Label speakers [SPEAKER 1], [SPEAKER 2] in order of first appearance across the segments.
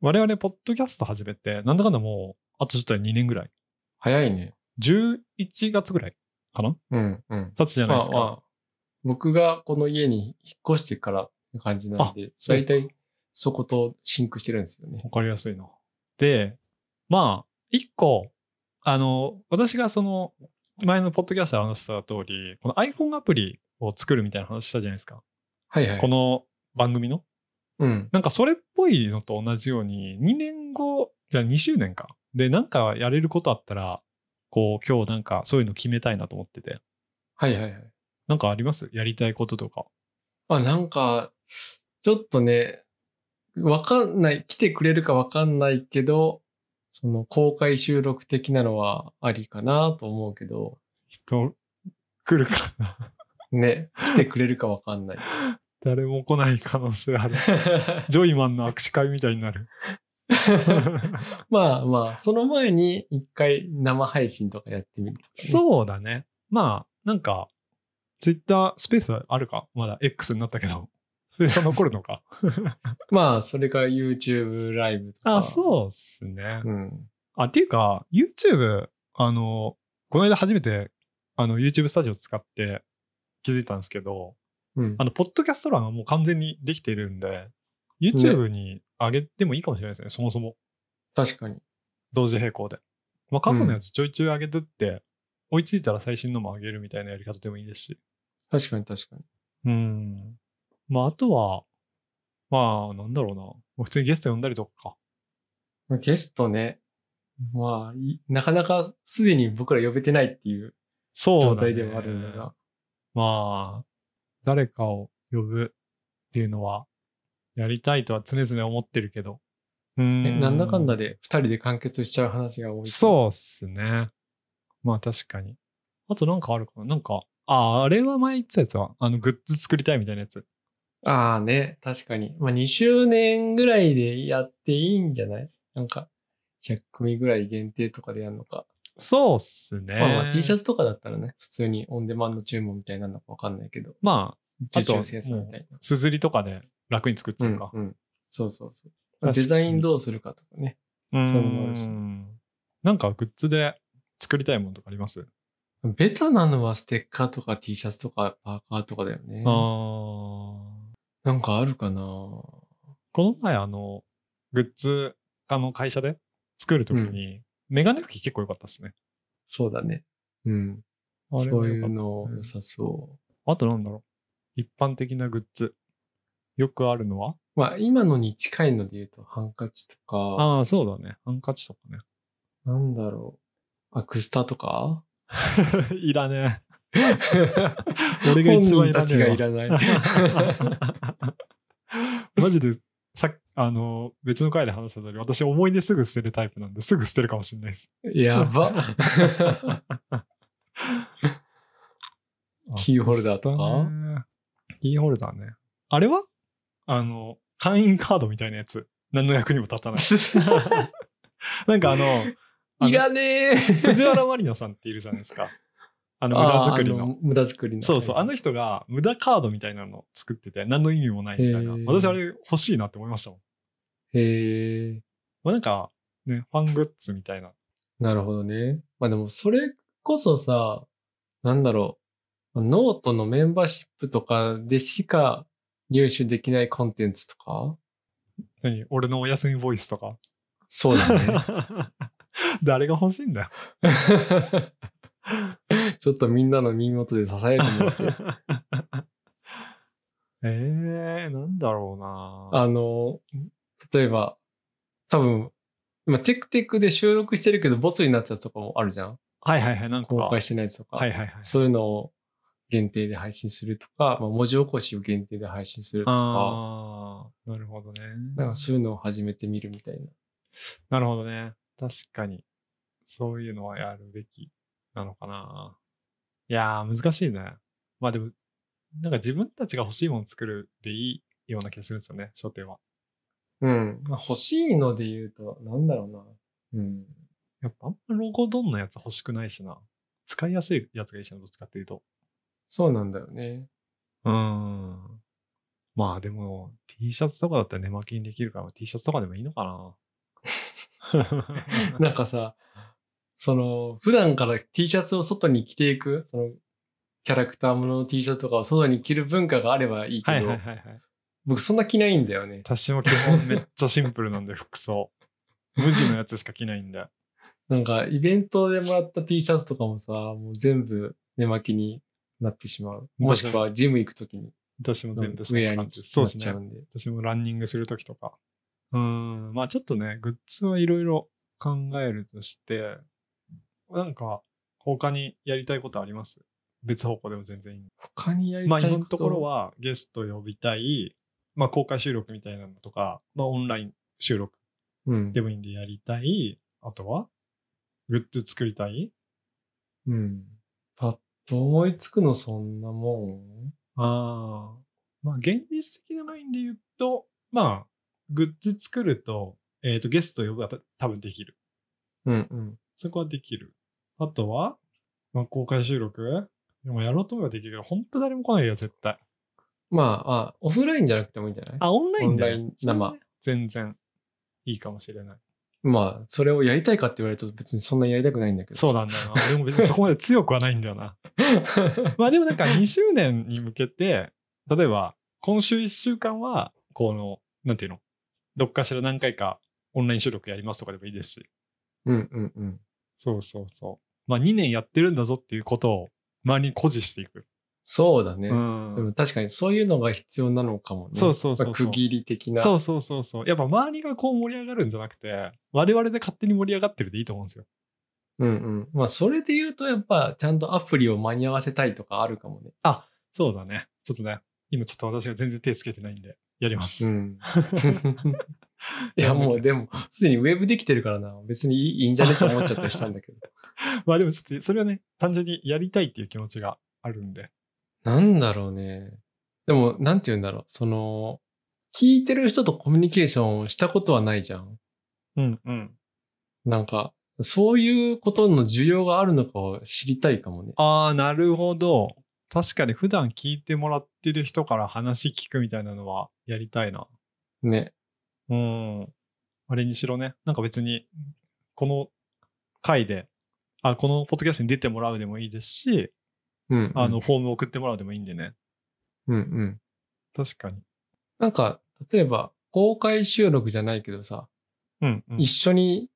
[SPEAKER 1] 我々、ポッドキャスト始めて、なんだかんだもう、あとちょっとで2年ぐらい。
[SPEAKER 2] 早いね。
[SPEAKER 1] 11月ぐらいかな
[SPEAKER 2] うん、うん。
[SPEAKER 1] 経つじゃないで
[SPEAKER 2] まあ
[SPEAKER 1] すか。
[SPEAKER 2] まあ、僕がこの家に引っ越してからの感じなんで、
[SPEAKER 1] そう
[SPEAKER 2] 大体そことシンクしてるんですよね。
[SPEAKER 1] わかりやすいな。で、まあ、一個、あの、私がその、前のポッドキャストで話した通り、この iPhone アプリを作るみたいな話したじゃないですか。
[SPEAKER 2] はいはい。
[SPEAKER 1] この番組の。
[SPEAKER 2] うん。
[SPEAKER 1] なんかそれっぽいのと同じように、2年後、じゃあ2周年か。で、なんかやれることあったら、こう、今日なんかそういうの決めたいなと思ってて。
[SPEAKER 2] はいはいはい。
[SPEAKER 1] なんかありますやりたいこととか。
[SPEAKER 2] まあなんか、ちょっとね、わかんない、来てくれるかわかんないけど、その公開収録的なのはありかなと思うけど、
[SPEAKER 1] 人、来るかな
[SPEAKER 2] ね、来てくれるかわかんない。
[SPEAKER 1] 誰も来ない可能性ある。ジョイマンの握手会みたいになる。
[SPEAKER 2] まあまあ、その前に一回生配信とかやってみるとかね、
[SPEAKER 1] そうだね。まあ、なんか、ツイッタースペースあるかまだ X になったけど。スペースは残るのか
[SPEAKER 2] まあ、それから YouTube ライブとか。
[SPEAKER 1] あ、そうっすね。
[SPEAKER 2] うん。
[SPEAKER 1] あ、っていうか、YouTube、あの、この間初めて、あの、YouTube スタジオ使って気づいたんですけど、
[SPEAKER 2] うん
[SPEAKER 1] あ。の、ポッドキャスト欄はもう完全にできているんで、YouTube に上げてもいいかもしれないですね、そもそも。
[SPEAKER 2] 確かに。
[SPEAKER 1] 同時並行で。まあ、過去のやつちょいちょい上げてって、追いついたら最新のも上げるみたいなやり方でもいいですし。
[SPEAKER 2] 確かに確かに。
[SPEAKER 1] うん。まあ、あとは、まあ、なんだろうな。もう普通にゲスト呼んだりとかか。
[SPEAKER 2] まあゲストね。まあ、いなかなかすでに僕ら呼べてないっていう
[SPEAKER 1] そう
[SPEAKER 2] 状
[SPEAKER 1] だね
[SPEAKER 2] 態ではあるんだが。
[SPEAKER 1] まあ、誰かを呼ぶっていうのは、やりたいとは常々思ってるけど。うー
[SPEAKER 2] え
[SPEAKER 1] ん。
[SPEAKER 2] なんだかんだで二人で完結しちゃう話が多い。う。
[SPEAKER 1] そうっすね。まあ確かに。あとなんかあるかななんか、あ、あれは前言ってたやつは、あの、グッズ作りたいみたいなやつ。
[SPEAKER 2] ああね、確かに。まあ、2周年ぐらいでやっていいんじゃないなんか、100組ぐらい限定とかでやるのか。
[SPEAKER 1] そうっすね。
[SPEAKER 2] まあまあ T シャ
[SPEAKER 1] ツ。
[SPEAKER 2] ツとかだったらね、普通にオンデマンド注文みたいなのかわかんないけど、
[SPEAKER 1] まあ、あ
[SPEAKER 2] 受
[SPEAKER 1] と
[SPEAKER 2] 注生産みたいな。
[SPEAKER 1] すずりとかで楽に作っちゃうか。
[SPEAKER 2] うんうん。そうそうそう。
[SPEAKER 1] 確か
[SPEAKER 2] デ
[SPEAKER 1] に
[SPEAKER 2] ザインどうするかとかね。
[SPEAKER 1] う
[SPEAKER 2] そういうのもあるし
[SPEAKER 1] んなんかグッズで作りたいものとかあります、
[SPEAKER 2] ベタなのはステッカーとか T シャツとかパーカーとかだよね
[SPEAKER 1] あー。こ
[SPEAKER 2] なんかあるかな
[SPEAKER 1] の前あの、グッズ化の会社で作るときに、メガネ拭き結構良かったですね。
[SPEAKER 2] そうだね。うん。
[SPEAKER 1] あれ
[SPEAKER 2] そ
[SPEAKER 1] も
[SPEAKER 2] う
[SPEAKER 1] 良
[SPEAKER 2] い
[SPEAKER 1] か
[SPEAKER 2] う
[SPEAKER 1] った
[SPEAKER 2] の良さそ
[SPEAKER 1] あとなんだろう。一般的なグッズ。よくあるのは
[SPEAKER 2] う。まあ今のに近いので言うとハンカチとか、
[SPEAKER 1] ああ、そうだね。ハンカチと かね。
[SPEAKER 2] なんだろう。アクスタとか
[SPEAKER 1] いらね 俺
[SPEAKER 2] 俺
[SPEAKER 1] が一番
[SPEAKER 2] 本人たちがいらない
[SPEAKER 1] え。。 マジで、さっあの、別の回で話した通り、私思い出すぐ捨てるタイプなんで、すぐ捨てるかもしれないです。
[SPEAKER 2] やば。キーホルダーとか
[SPEAKER 1] あそうだねキーホルダーね。あれはあの、会員カードみたいなやつ。何の役にも立たない。なん かあの、あの
[SPEAKER 2] いらねえ。
[SPEAKER 1] 藤原マリナさんっているじゃないです か。あの、無駄作り
[SPEAKER 2] ああ
[SPEAKER 1] の。
[SPEAKER 2] 無駄作りの。
[SPEAKER 1] そうそう。あ
[SPEAKER 2] はい
[SPEAKER 1] の人が無駄カードみたいなのを作ってて、何の意味もないみたいな
[SPEAKER 2] へー。
[SPEAKER 1] 私あれ欲しいなって思いましたもん。
[SPEAKER 2] へえ、
[SPEAKER 1] まあ、なんか、ね、ファングッズみたいな。
[SPEAKER 2] なるほどね。まあでもそれこそさ、なんだろう、ノートのメンバーシップとかでしか入手できないコンテンツとか
[SPEAKER 1] 何俺のお休みボイスとか。
[SPEAKER 2] そうだ
[SPEAKER 1] 誰が欲しいんだ よ。
[SPEAKER 2] ね。 ちょっとみんなの耳元で支えると思 って。
[SPEAKER 1] えー、なんだろうな
[SPEAKER 2] あの、例えば、多分、今テクテクで収録してるけどボツになったやつとかもあるじゃん
[SPEAKER 1] はいはいはい、なんか。
[SPEAKER 2] 公
[SPEAKER 1] は
[SPEAKER 2] 開
[SPEAKER 1] い
[SPEAKER 2] してないやつとか。
[SPEAKER 1] はいはい。
[SPEAKER 2] そういうのを限定で配信するとか、まあ、文字起こしを限定で配信するとか、
[SPEAKER 1] ああ、なるほどね。
[SPEAKER 2] なんかそういうのを始めてみるみたいな。
[SPEAKER 1] なるほどね。確かに。そういうのはやるべきなのかな。いやー、難しいね。まあでも、なんか自分たちが欲しいもの作るでいいような気がするんですよね、初手は。
[SPEAKER 2] うん。まあ、欲しいので言うと、なんだろうな。うん。
[SPEAKER 1] やっぱあんまロゴどんなやつ欲しくないしな。使いやすいやつがいいしな、どっちかっていうと。
[SPEAKER 2] そうなんだよね。
[SPEAKER 1] うーん。ままあでも、T シャツとかだったら寝巻きにできるから、T シャツとかでもいいのか な
[SPEAKER 2] なんかさ、その、普段から T シャツを外に着ていく、その、キャラクターものの T シャツとかを外に着る文化があればいいけど、
[SPEAKER 1] はいはいはいはい。
[SPEAKER 2] 僕そんな着ないんだよね。
[SPEAKER 1] 私も基本めっちゃシンプルなんで、服装。無地のやつしか着ないんで。
[SPEAKER 2] なんか、イベントでもらった T シャツとかもさ、もう全部寝巻きになってしまう。もしくはジム行くときに、
[SPEAKER 1] 私も
[SPEAKER 2] ウ
[SPEAKER 1] 全部そん
[SPEAKER 2] ェア
[SPEAKER 1] な
[SPEAKER 2] にな
[SPEAKER 1] 感
[SPEAKER 2] っ
[SPEAKER 1] じです。そうです
[SPEAKER 2] ちゃう
[SPEAKER 1] ね。
[SPEAKER 2] んで。
[SPEAKER 1] 私もランニングするときとか。うーん、まあちょっとね、グッズはいろいろ考えるとして、なんか、他にやりたいことあります別方向でも全然いいんで
[SPEAKER 2] 他にやり
[SPEAKER 1] ま
[SPEAKER 2] た
[SPEAKER 1] あ
[SPEAKER 2] いこと、
[SPEAKER 1] 今のところはゲスト呼びたい、まあ公開収録みたいなのとか、まあオンライン収録
[SPEAKER 2] うん
[SPEAKER 1] で。もいいんでやりたい、あとはグッズ作りたい
[SPEAKER 2] うん。パッと思いつくのそんなもん
[SPEAKER 1] ああ。まあ現実的なラインで言うと、まあグッズ作ると、えっ、とゲスト呼ぶはた多分できる。
[SPEAKER 2] うんうん。
[SPEAKER 1] そこはできる。あとは、まあ公開収録でもやろうと思えばできるけど、本当誰も来ないよ、絶対。
[SPEAKER 2] まあ、あ、オフラインじゃなくてもいいんじゃない
[SPEAKER 1] あ、オンラインで、
[SPEAKER 2] オンライン
[SPEAKER 1] そ
[SPEAKER 2] 生
[SPEAKER 1] れね全然いいかもしれない。
[SPEAKER 2] まあ、それをやりたいかって言われると別にそんなやりたくないんだけど。
[SPEAKER 1] そう。なんだよな。俺も別にそこまで強くはないんだよ な。まあでもなんか2周年に向けて、例えば今週1週間は、この、なんていうの、どっかしら何回かオンライン収録やりますとかでもいいですし。
[SPEAKER 2] うんうんうん。
[SPEAKER 1] そうそうそう。まあ2年やってるんだぞっていうことを周りに誇示していく。
[SPEAKER 2] そうだね。
[SPEAKER 1] うん
[SPEAKER 2] でも確かにそういうのが必要なのかもね。
[SPEAKER 1] そうそうそうそう
[SPEAKER 2] まあ区切り的な。
[SPEAKER 1] そうそうそうそう。やっぱ周りがこう盛り上がるんじゃなくて、我々で勝手に盛り上がってるでいいと思うんですよ。
[SPEAKER 2] うんうん。まあ、それで言うとやっぱちゃんとアプリを間に合わせたいとかあるかもね。
[SPEAKER 1] そうだね。ちょっとね、今ちょっと私が全然手つけてないんで、やります。
[SPEAKER 2] うん。 いや、もうでも、すでにウェブできてるからな。別にいいいいんじゃねって思っちゃったりしたんだけど。
[SPEAKER 1] まあでもちょっとそれはね、単純にやりたいっていう気持ちがあるんで。
[SPEAKER 2] なんだろうね。でも、なんて言うんだろう。その、聞いてる人とコミュニケーションをしたことはないじゃん。
[SPEAKER 1] うんうん。
[SPEAKER 2] なんか、そういうことの需要があるのかを知りたいかもね。
[SPEAKER 1] ああ、なるほど。確かに普段聞いてもらってる人から話聞くみたいなのはやりたいな。
[SPEAKER 2] ね。
[SPEAKER 1] うん。あれにしろね、なんか別に、この回で、あ、このポッドキャストに出てもらうでもいいですし、
[SPEAKER 2] うん、うん
[SPEAKER 1] あの、、フォーム送ってもらうでもいいんでね。
[SPEAKER 2] うんうん。
[SPEAKER 1] 確かに。
[SPEAKER 2] なんか、例えば、公開収録じゃないけどさ、
[SPEAKER 1] うん、うん
[SPEAKER 2] 一。緒に、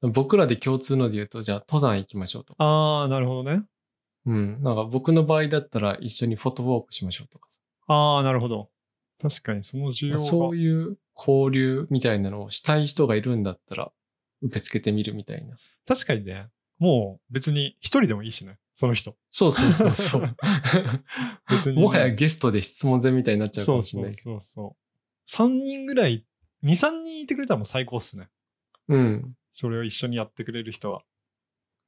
[SPEAKER 2] 僕らで共通ので言うと、じゃあ登山行きましょうとかさ。
[SPEAKER 1] ああ、なるほどね。
[SPEAKER 2] うん。なんか僕の場合だったら一緒にフォトウォークしましょうとかさ。
[SPEAKER 1] ああ、なるほど。確かに、その需要が。
[SPEAKER 2] そういう交流みたいなのをしたい人がいるんだったら、受け付けてみるみたいな。
[SPEAKER 1] 確かにね、もう別に一人でもいいしね、その 人。
[SPEAKER 2] そうそうそ うそう。
[SPEAKER 1] 別にね、
[SPEAKER 2] もはやゲストで質問攻めみたいになっちゃうかもしれないけど。
[SPEAKER 1] そうそうそうそう。3人ぐらい、2、3人いてくれたらもう最高っすね。
[SPEAKER 2] うん。
[SPEAKER 1] それを一緒にやってくれる人は。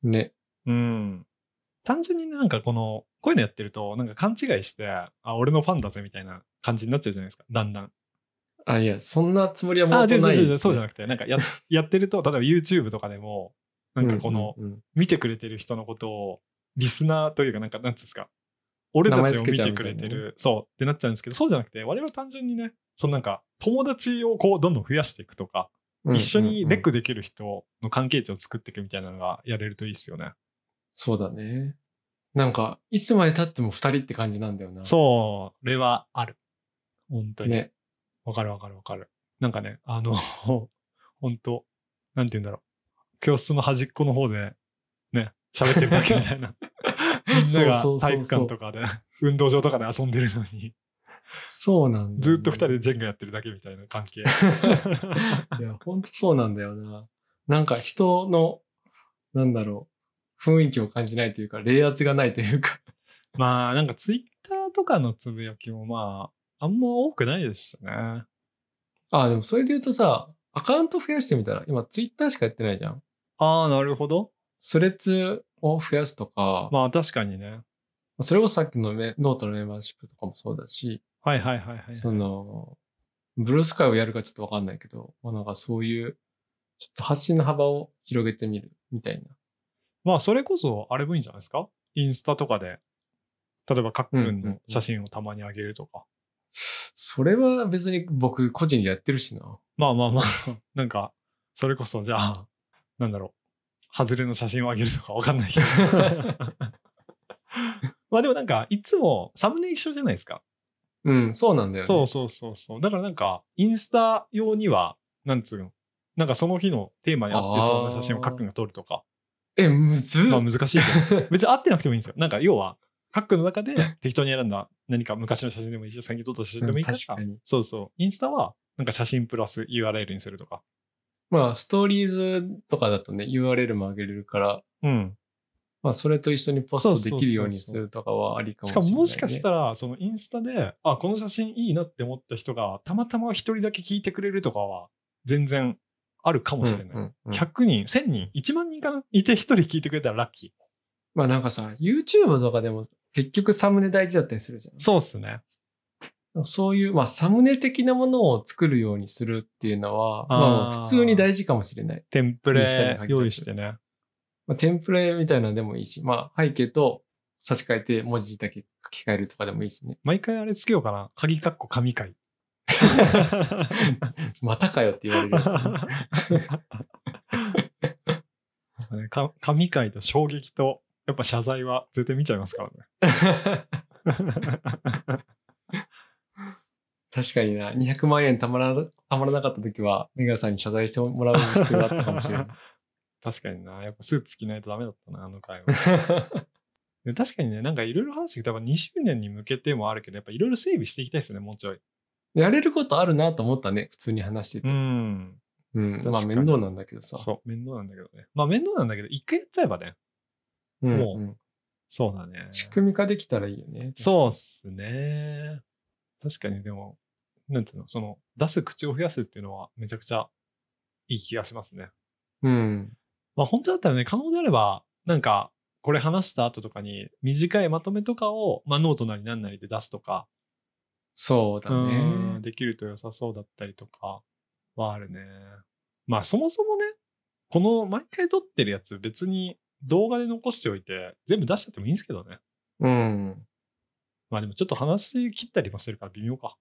[SPEAKER 2] ね。
[SPEAKER 1] うん。単純になんかこの、こういうのやってると、なんか勘違いして、あ、俺のファンだぜみたいな感じになっちゃうじゃないですか、だんだん。
[SPEAKER 2] あ、いや、そんなつもりはも
[SPEAKER 1] あ、
[SPEAKER 2] う
[SPEAKER 1] 違う
[SPEAKER 2] ない
[SPEAKER 1] 違う
[SPEAKER 2] で
[SPEAKER 1] 違
[SPEAKER 2] す
[SPEAKER 1] う、そうじゃなくて、なんかややってると、例えば YouTube とかでも、なんかこの、
[SPEAKER 2] うんうんうん
[SPEAKER 1] 見てくれてる人のことを、リスナーというか、なんか、なんつうんですか、俺た
[SPEAKER 2] 名前
[SPEAKER 1] ちを
[SPEAKER 2] つけ
[SPEAKER 1] 見
[SPEAKER 2] ちゃう
[SPEAKER 1] て
[SPEAKER 2] み
[SPEAKER 1] く
[SPEAKER 2] たいな
[SPEAKER 1] れ
[SPEAKER 2] ね
[SPEAKER 1] てる、そうってなっちゃうんですけど、そうじゃなくて、我々は単純にね、そのなんか、友達をこう、どんどん増やしていくとか、
[SPEAKER 2] うんうん
[SPEAKER 1] 一緒にレックできる人の関係値を作っていくみたいなのがやれるといいですよね。
[SPEAKER 2] そうだね。なんか、いつまで経っても二人って感じなんだよな。
[SPEAKER 1] そう、それはある。本当に。
[SPEAKER 2] ね。
[SPEAKER 1] わかるわかるわかる。なんかね、あの、 本当なんて言うんだろう。教室の端っこの方で、ね、喋ってるだけみたい な。みんなが
[SPEAKER 2] そうそうそうそう
[SPEAKER 1] 体育館とかで、運動場とかで遊んでるのに、
[SPEAKER 2] そうなんだ、
[SPEAKER 1] ずっと二人で。ジェンガやってるだけみたいな関係。
[SPEAKER 2] いや、ほんとそうなんだよな。なんか人の、なんだろう、雰囲気を感じないというか、冷圧がないというか。
[SPEAKER 1] まあ、なんかツイッターとかのつぶやきもまあ、あんま多くないですしね。
[SPEAKER 2] あ、でもそれで言うとさ、アカウント増やしてみたら、今ツイッターしかやってないじゃん。
[SPEAKER 1] ああ、なるほど。
[SPEAKER 2] スレッズを増やすとか、
[SPEAKER 1] まあ確かにね。
[SPEAKER 2] それこそさっきのメノートのメンバーシップとかもそうだし、
[SPEAKER 1] はいはいはいはい。
[SPEAKER 2] その、ブルースカイをやるかちょっとわかんないけど、まあなんかそういう、ちょっと発信の幅を広げてみるみたいな。
[SPEAKER 1] まあ、それこそ、あれもいいんじゃないですかインスタとかで、例えば、かっく
[SPEAKER 2] うん
[SPEAKER 1] ん
[SPEAKER 2] うんうん
[SPEAKER 1] の写真をたまにあげるとか。
[SPEAKER 2] それは別に僕個人でやってるしな。
[SPEAKER 1] まあまあまあ、なんか、それこそじゃあ、なんだろう、外れの写真をあげるとかわかんないけ ど。まあでもなんか、いつもサムネ一緒じゃないですか。
[SPEAKER 2] うん、そうなんだよね。
[SPEAKER 1] そうそうそうそう。だからなんか、インスタ用には、なんつうの、なんかその日のテーマに合ってそうな写真をカックンが撮るとか、
[SPEAKER 2] え、むずっ
[SPEAKER 1] まあ難しいけど、別に合ってなくてもいいんですよ。なんか要は、カックンの中で適当に選んだ何か昔の写真でもいいし、最近撮った写真でもいいから、
[SPEAKER 2] うん確かに
[SPEAKER 1] そうそう。インスタは、なんか写真プラス URL にするとか。
[SPEAKER 2] まあ、ストーリーズとかだとね、URL も上げれるから、
[SPEAKER 1] うん。
[SPEAKER 2] まあ、それと一緒にポス
[SPEAKER 1] そう
[SPEAKER 2] ト
[SPEAKER 1] そうそ
[SPEAKER 2] で
[SPEAKER 1] うそう
[SPEAKER 2] きるようにするとかはありかも
[SPEAKER 1] し
[SPEAKER 2] し
[SPEAKER 1] か
[SPEAKER 2] れない、
[SPEAKER 1] も
[SPEAKER 2] ね。
[SPEAKER 1] もしかしたら、そのインスタで、あ、この写真いいなって思った人が、たまたま一人だけ聞いてくれるとかは、全然あるかもしれない。
[SPEAKER 2] うんうんうん
[SPEAKER 1] 100人、1000人、1万人かないて一人聞いてくれたらラッキー。
[SPEAKER 2] まあ、なんかさ、YouTube とかでも結局サムネ大事だったりするじゃん。
[SPEAKER 1] そうっすね。
[SPEAKER 2] そういう、まあ、サムネ的なものを作るようにするっていうのは、ま
[SPEAKER 1] あ
[SPEAKER 2] あ、
[SPEAKER 1] ー
[SPEAKER 2] 普通に大事かもしれない。
[SPEAKER 1] テンプ
[SPEAKER 2] インスタに
[SPEAKER 1] レ
[SPEAKER 2] 入ってます
[SPEAKER 1] 用意してね。
[SPEAKER 2] まあ、テンプレみたいなのでもいいし、まあ、背景と差し替えて文字だけ書き換えるとかでもいいしね。
[SPEAKER 1] 毎回あれつけようかな。鍵括弧神 回。
[SPEAKER 2] またかよって言われるやつ、ね。
[SPEAKER 1] ね か神回と衝撃と、やっぱ謝罪は絶対見ちゃいますからね。
[SPEAKER 2] 確かにな、200万円たまらなたまらなかった時は、メガネさんに謝罪してもらう必要があったかも しれない。
[SPEAKER 1] 確かにな。やっぱスーツ着ないとダメだったな、あの回は。で確かにね、なんかいろいろ話してきたら2周年に向けてもあるけど、やっぱいろいろ整備していきたいですね、もうちょい。
[SPEAKER 2] やれることあるなと思ったね、普通に話して
[SPEAKER 1] う
[SPEAKER 2] て。
[SPEAKER 1] ん。
[SPEAKER 2] うん。
[SPEAKER 1] 確
[SPEAKER 2] ま
[SPEAKER 1] か
[SPEAKER 2] あ
[SPEAKER 1] に
[SPEAKER 2] 面倒なんだけどさ。
[SPEAKER 1] そう、面倒なんだけどね。まあ面倒なんだけど、一回やっちゃえばね。
[SPEAKER 2] うんうん
[SPEAKER 1] もそうだね。
[SPEAKER 2] 仕組み化できたらいいよね。
[SPEAKER 1] そうっすね。確かにでも、なんていうの、その、出す口を増やすっていうのはめちゃくちゃいい気がしますね。
[SPEAKER 2] う。うん。
[SPEAKER 1] まあ本当だったらね、可能であれば、なんか、これ話した後とかに短いまとめとかを、まあノートなりなんなりで出すとか、
[SPEAKER 2] そうだ
[SPEAKER 1] うん
[SPEAKER 2] ね。
[SPEAKER 1] できると良さそうだったりとかはあるね。まあそもそもね、この毎回撮ってるやつ別に動画で残しておいて全部出しちゃってもいいんですけどね。
[SPEAKER 2] うん。
[SPEAKER 1] まあでもちょっと話切ったりもしてるから微妙か。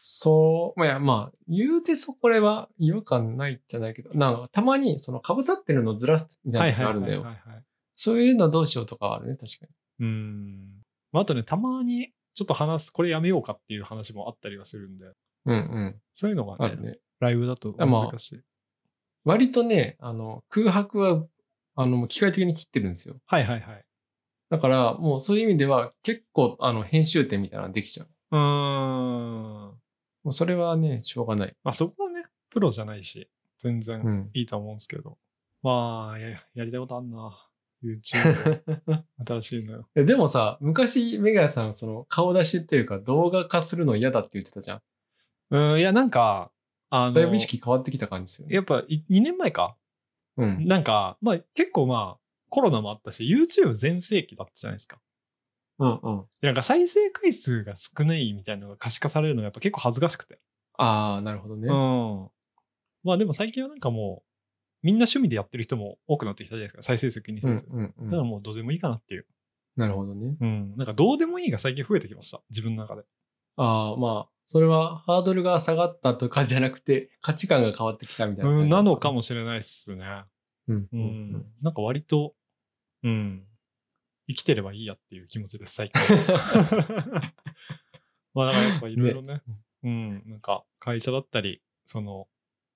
[SPEAKER 2] そう、まあいや、まあ、言うてそこれは違和感ないじゃないけど、なんかたまにその被さってるのをずらすみたいなのがあるんだよ。
[SPEAKER 1] はいはいはいはい
[SPEAKER 2] そういうのはどうしようとかはあるね、確かに。
[SPEAKER 1] うん。まああとね、たまにちょっと話す、これやめようかっていう話もあったりはするんで、
[SPEAKER 2] うんうん。
[SPEAKER 1] そういうのが
[SPEAKER 2] あ
[SPEAKER 1] ね、
[SPEAKER 2] るね。
[SPEAKER 1] ライブだと
[SPEAKER 2] あまあ
[SPEAKER 1] 難しい。
[SPEAKER 2] 割とね、あの、空白は、あの、もう機械的に切ってるんですよ。
[SPEAKER 1] はいはいはい。
[SPEAKER 2] だから、もうそういう意味では、結構、あの、編集点みたいなのできちゃう。
[SPEAKER 1] うーん。
[SPEAKER 2] もうそれはね、しょうがない。
[SPEAKER 1] まあそこはね、プロじゃないし、全然
[SPEAKER 2] うん。
[SPEAKER 1] いいと思うんですけど。まあ、ややりたいことあんな。YouTube 新しいのよ。
[SPEAKER 2] えでもさ、昔、メガヤさん、その、顔出しっていうか、動画化するの嫌だって言ってたじゃん。
[SPEAKER 1] うん、いや、なんか、あ
[SPEAKER 2] だい
[SPEAKER 1] の
[SPEAKER 2] ぶ意、識変わってきた感じですよね。
[SPEAKER 1] やっぱい2年前か。
[SPEAKER 2] うん。
[SPEAKER 1] なんか、まあ結構まあ、コロナもあったし、YouTube 全盛期だったじゃないですか。
[SPEAKER 2] うんうん。
[SPEAKER 1] でなんか再生回数が少ないみたいなのが可視化されるのがやっぱ結構恥ずかしくて。
[SPEAKER 2] ああ、なるほどね。
[SPEAKER 1] うん。まあでも最近はなんかもう、みんな趣味でやってる人も多くなってきたじゃないですか。再生数気にせ
[SPEAKER 2] うん
[SPEAKER 1] ず。
[SPEAKER 2] うんう
[SPEAKER 1] だから
[SPEAKER 2] ん。
[SPEAKER 1] もうどうでもいいかなっていう。
[SPEAKER 2] なるほどね。
[SPEAKER 1] うん。なんかどうでもいいが最近増えてきました。自分の中で。
[SPEAKER 2] ああ、まあ、それはハードルが下がったとかじゃなくて、価値観が変わってきたみたいな感
[SPEAKER 1] う
[SPEAKER 2] じ。
[SPEAKER 1] ん、なのかもしれないっすね。
[SPEAKER 2] うん。う
[SPEAKER 1] うん
[SPEAKER 2] うんん。。
[SPEAKER 1] なんか割と、うん。生きてればいいやっていう気持ちです、最 近。まあだからやっぱいろいろね、うん、なんか会社だったり、その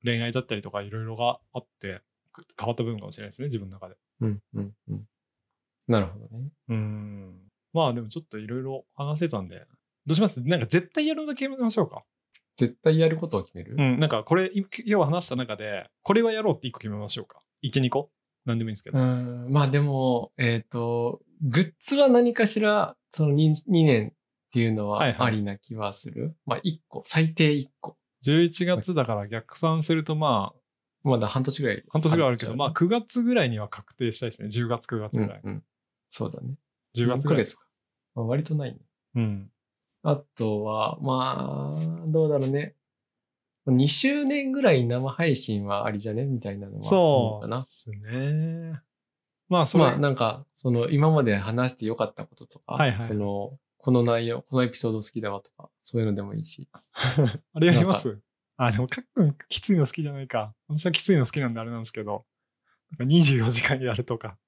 [SPEAKER 1] 恋愛だったりとかいろいろがあって、く変わった部分かもしれないですね、自分の中で。
[SPEAKER 2] うんうんうん。なるほどね。
[SPEAKER 1] うん。まあでもちょっといろいろ話せたんで、どうしますなんか絶対やるのだけやめましょうか。
[SPEAKER 2] 絶対やることを決める、
[SPEAKER 1] うん、なんかこれ、今今日話した中で、これはやろうって一個決めましょうか。1、2個なんでもいいんですけど。
[SPEAKER 2] うんまあでも、えっ、と、グッズは何かしら、その 2, 2年っていうの
[SPEAKER 1] はいは
[SPEAKER 2] はいありな気はする。まあ1個、最低1個。
[SPEAKER 1] 11月だから逆算するとまあ
[SPEAKER 2] まだ半年ぐらい。
[SPEAKER 1] 半年ぐらいあるけど、
[SPEAKER 2] 半
[SPEAKER 1] まあ9月ぐらいには確定したいですね。10月、9月
[SPEAKER 2] 年
[SPEAKER 1] ぐ
[SPEAKER 2] ぐ
[SPEAKER 1] ら
[SPEAKER 2] らい
[SPEAKER 1] い。
[SPEAKER 2] うんうん。そうだね。
[SPEAKER 1] 10月ぐ
[SPEAKER 2] 4ヶ
[SPEAKER 1] らい。
[SPEAKER 2] 月か。まあ、割とないね。
[SPEAKER 1] うん。
[SPEAKER 2] あとは、まあ、どうだろうね。2周年ぐらい生配信はありじゃねみたいなのは思
[SPEAKER 1] そうう
[SPEAKER 2] かな
[SPEAKER 1] で。すね。まあ、それ、
[SPEAKER 2] まあなんか、その今まで話してよかったこととか、
[SPEAKER 1] はいはい
[SPEAKER 2] そのこの内容、このエピソード好きだわとか、そういうのでもいいし。
[SPEAKER 1] あれやりますあ、でも、かっくんきついの好きじゃないか。私はきついの好きなんであれなんですけど、なんか24時間やるとか。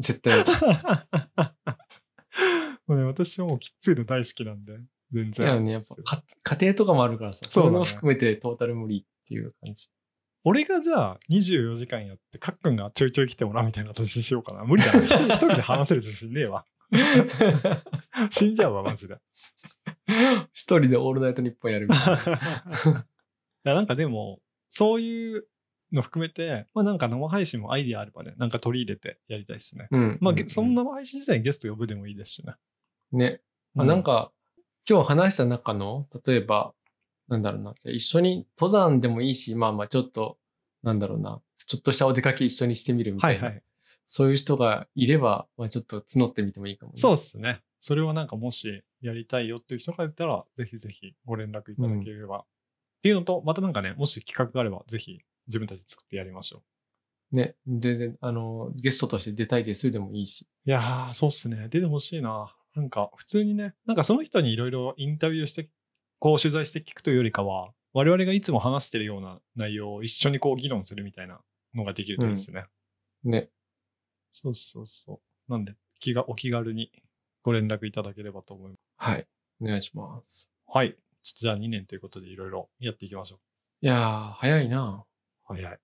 [SPEAKER 2] 絶対やる。
[SPEAKER 1] もうね、私はもうきついの大好きなんで、全
[SPEAKER 2] いや
[SPEAKER 1] 然。
[SPEAKER 2] ね、やっぱか家庭とかもあるからさ、
[SPEAKER 1] そう
[SPEAKER 2] そ
[SPEAKER 1] だ
[SPEAKER 2] れ
[SPEAKER 1] ね
[SPEAKER 2] も含めてトータル無理っていう感じ。
[SPEAKER 1] 俺がじゃあ24時間やって、かっくんがちょいちょい来てもらうみたいな形にしようかな。無理だな。一人一人で話せる自信ねえわ。 死んじゃうわ、マジで。
[SPEAKER 2] 一人でオールナイト日本やるみたい な。
[SPEAKER 1] いやなんかでも、そういうの含めて、まあなんか生配信もアイディアあればね、なんか取り入れてやりたいですね。
[SPEAKER 2] うん。
[SPEAKER 1] まあ、
[SPEAKER 2] う
[SPEAKER 1] げ
[SPEAKER 2] ん
[SPEAKER 1] その生配信自体にゲスト呼ぶでもいいですしね。
[SPEAKER 2] ね。あ
[SPEAKER 1] う
[SPEAKER 2] なん、か、今日話した中の、例えば、なんだろうな、じゃあ一緒に登山でもいいし、まあまあちょっと、なんだろうな、ちょっとしたお出かけ一緒にしてみるみた
[SPEAKER 1] はいい
[SPEAKER 2] な。
[SPEAKER 1] はい。
[SPEAKER 2] そういう人がいれば、まあちょっと募ってみてもいいかもね。
[SPEAKER 1] そうですね。それをなんかもしやりたいよっていう人がいたら、ぜひぜひご連絡いただければ。っていうのと、またなんかね、もし企画があれば、ぜひ自分たちで作ってやりましょう。
[SPEAKER 2] ね。全然、あの、ゲストとして出たいですでもいいし。
[SPEAKER 1] いやー、そうっすね。出てほしいな。なんか、普通にね、なんかその人にいろいろインタビューして、こう取材して聞くというよりかは、我々がいつも話してるような内容を一緒にこう議論するみたいなのができるといいですね。
[SPEAKER 2] ね。
[SPEAKER 1] そうそうそう。なんで、気が、お気軽にご連絡いただければと思います。
[SPEAKER 2] はい。お願いします。
[SPEAKER 1] はい。ちょっとじゃあ2年ということでいろいろやっていきましょう。
[SPEAKER 2] いやー、早いな。
[SPEAKER 1] はいはい。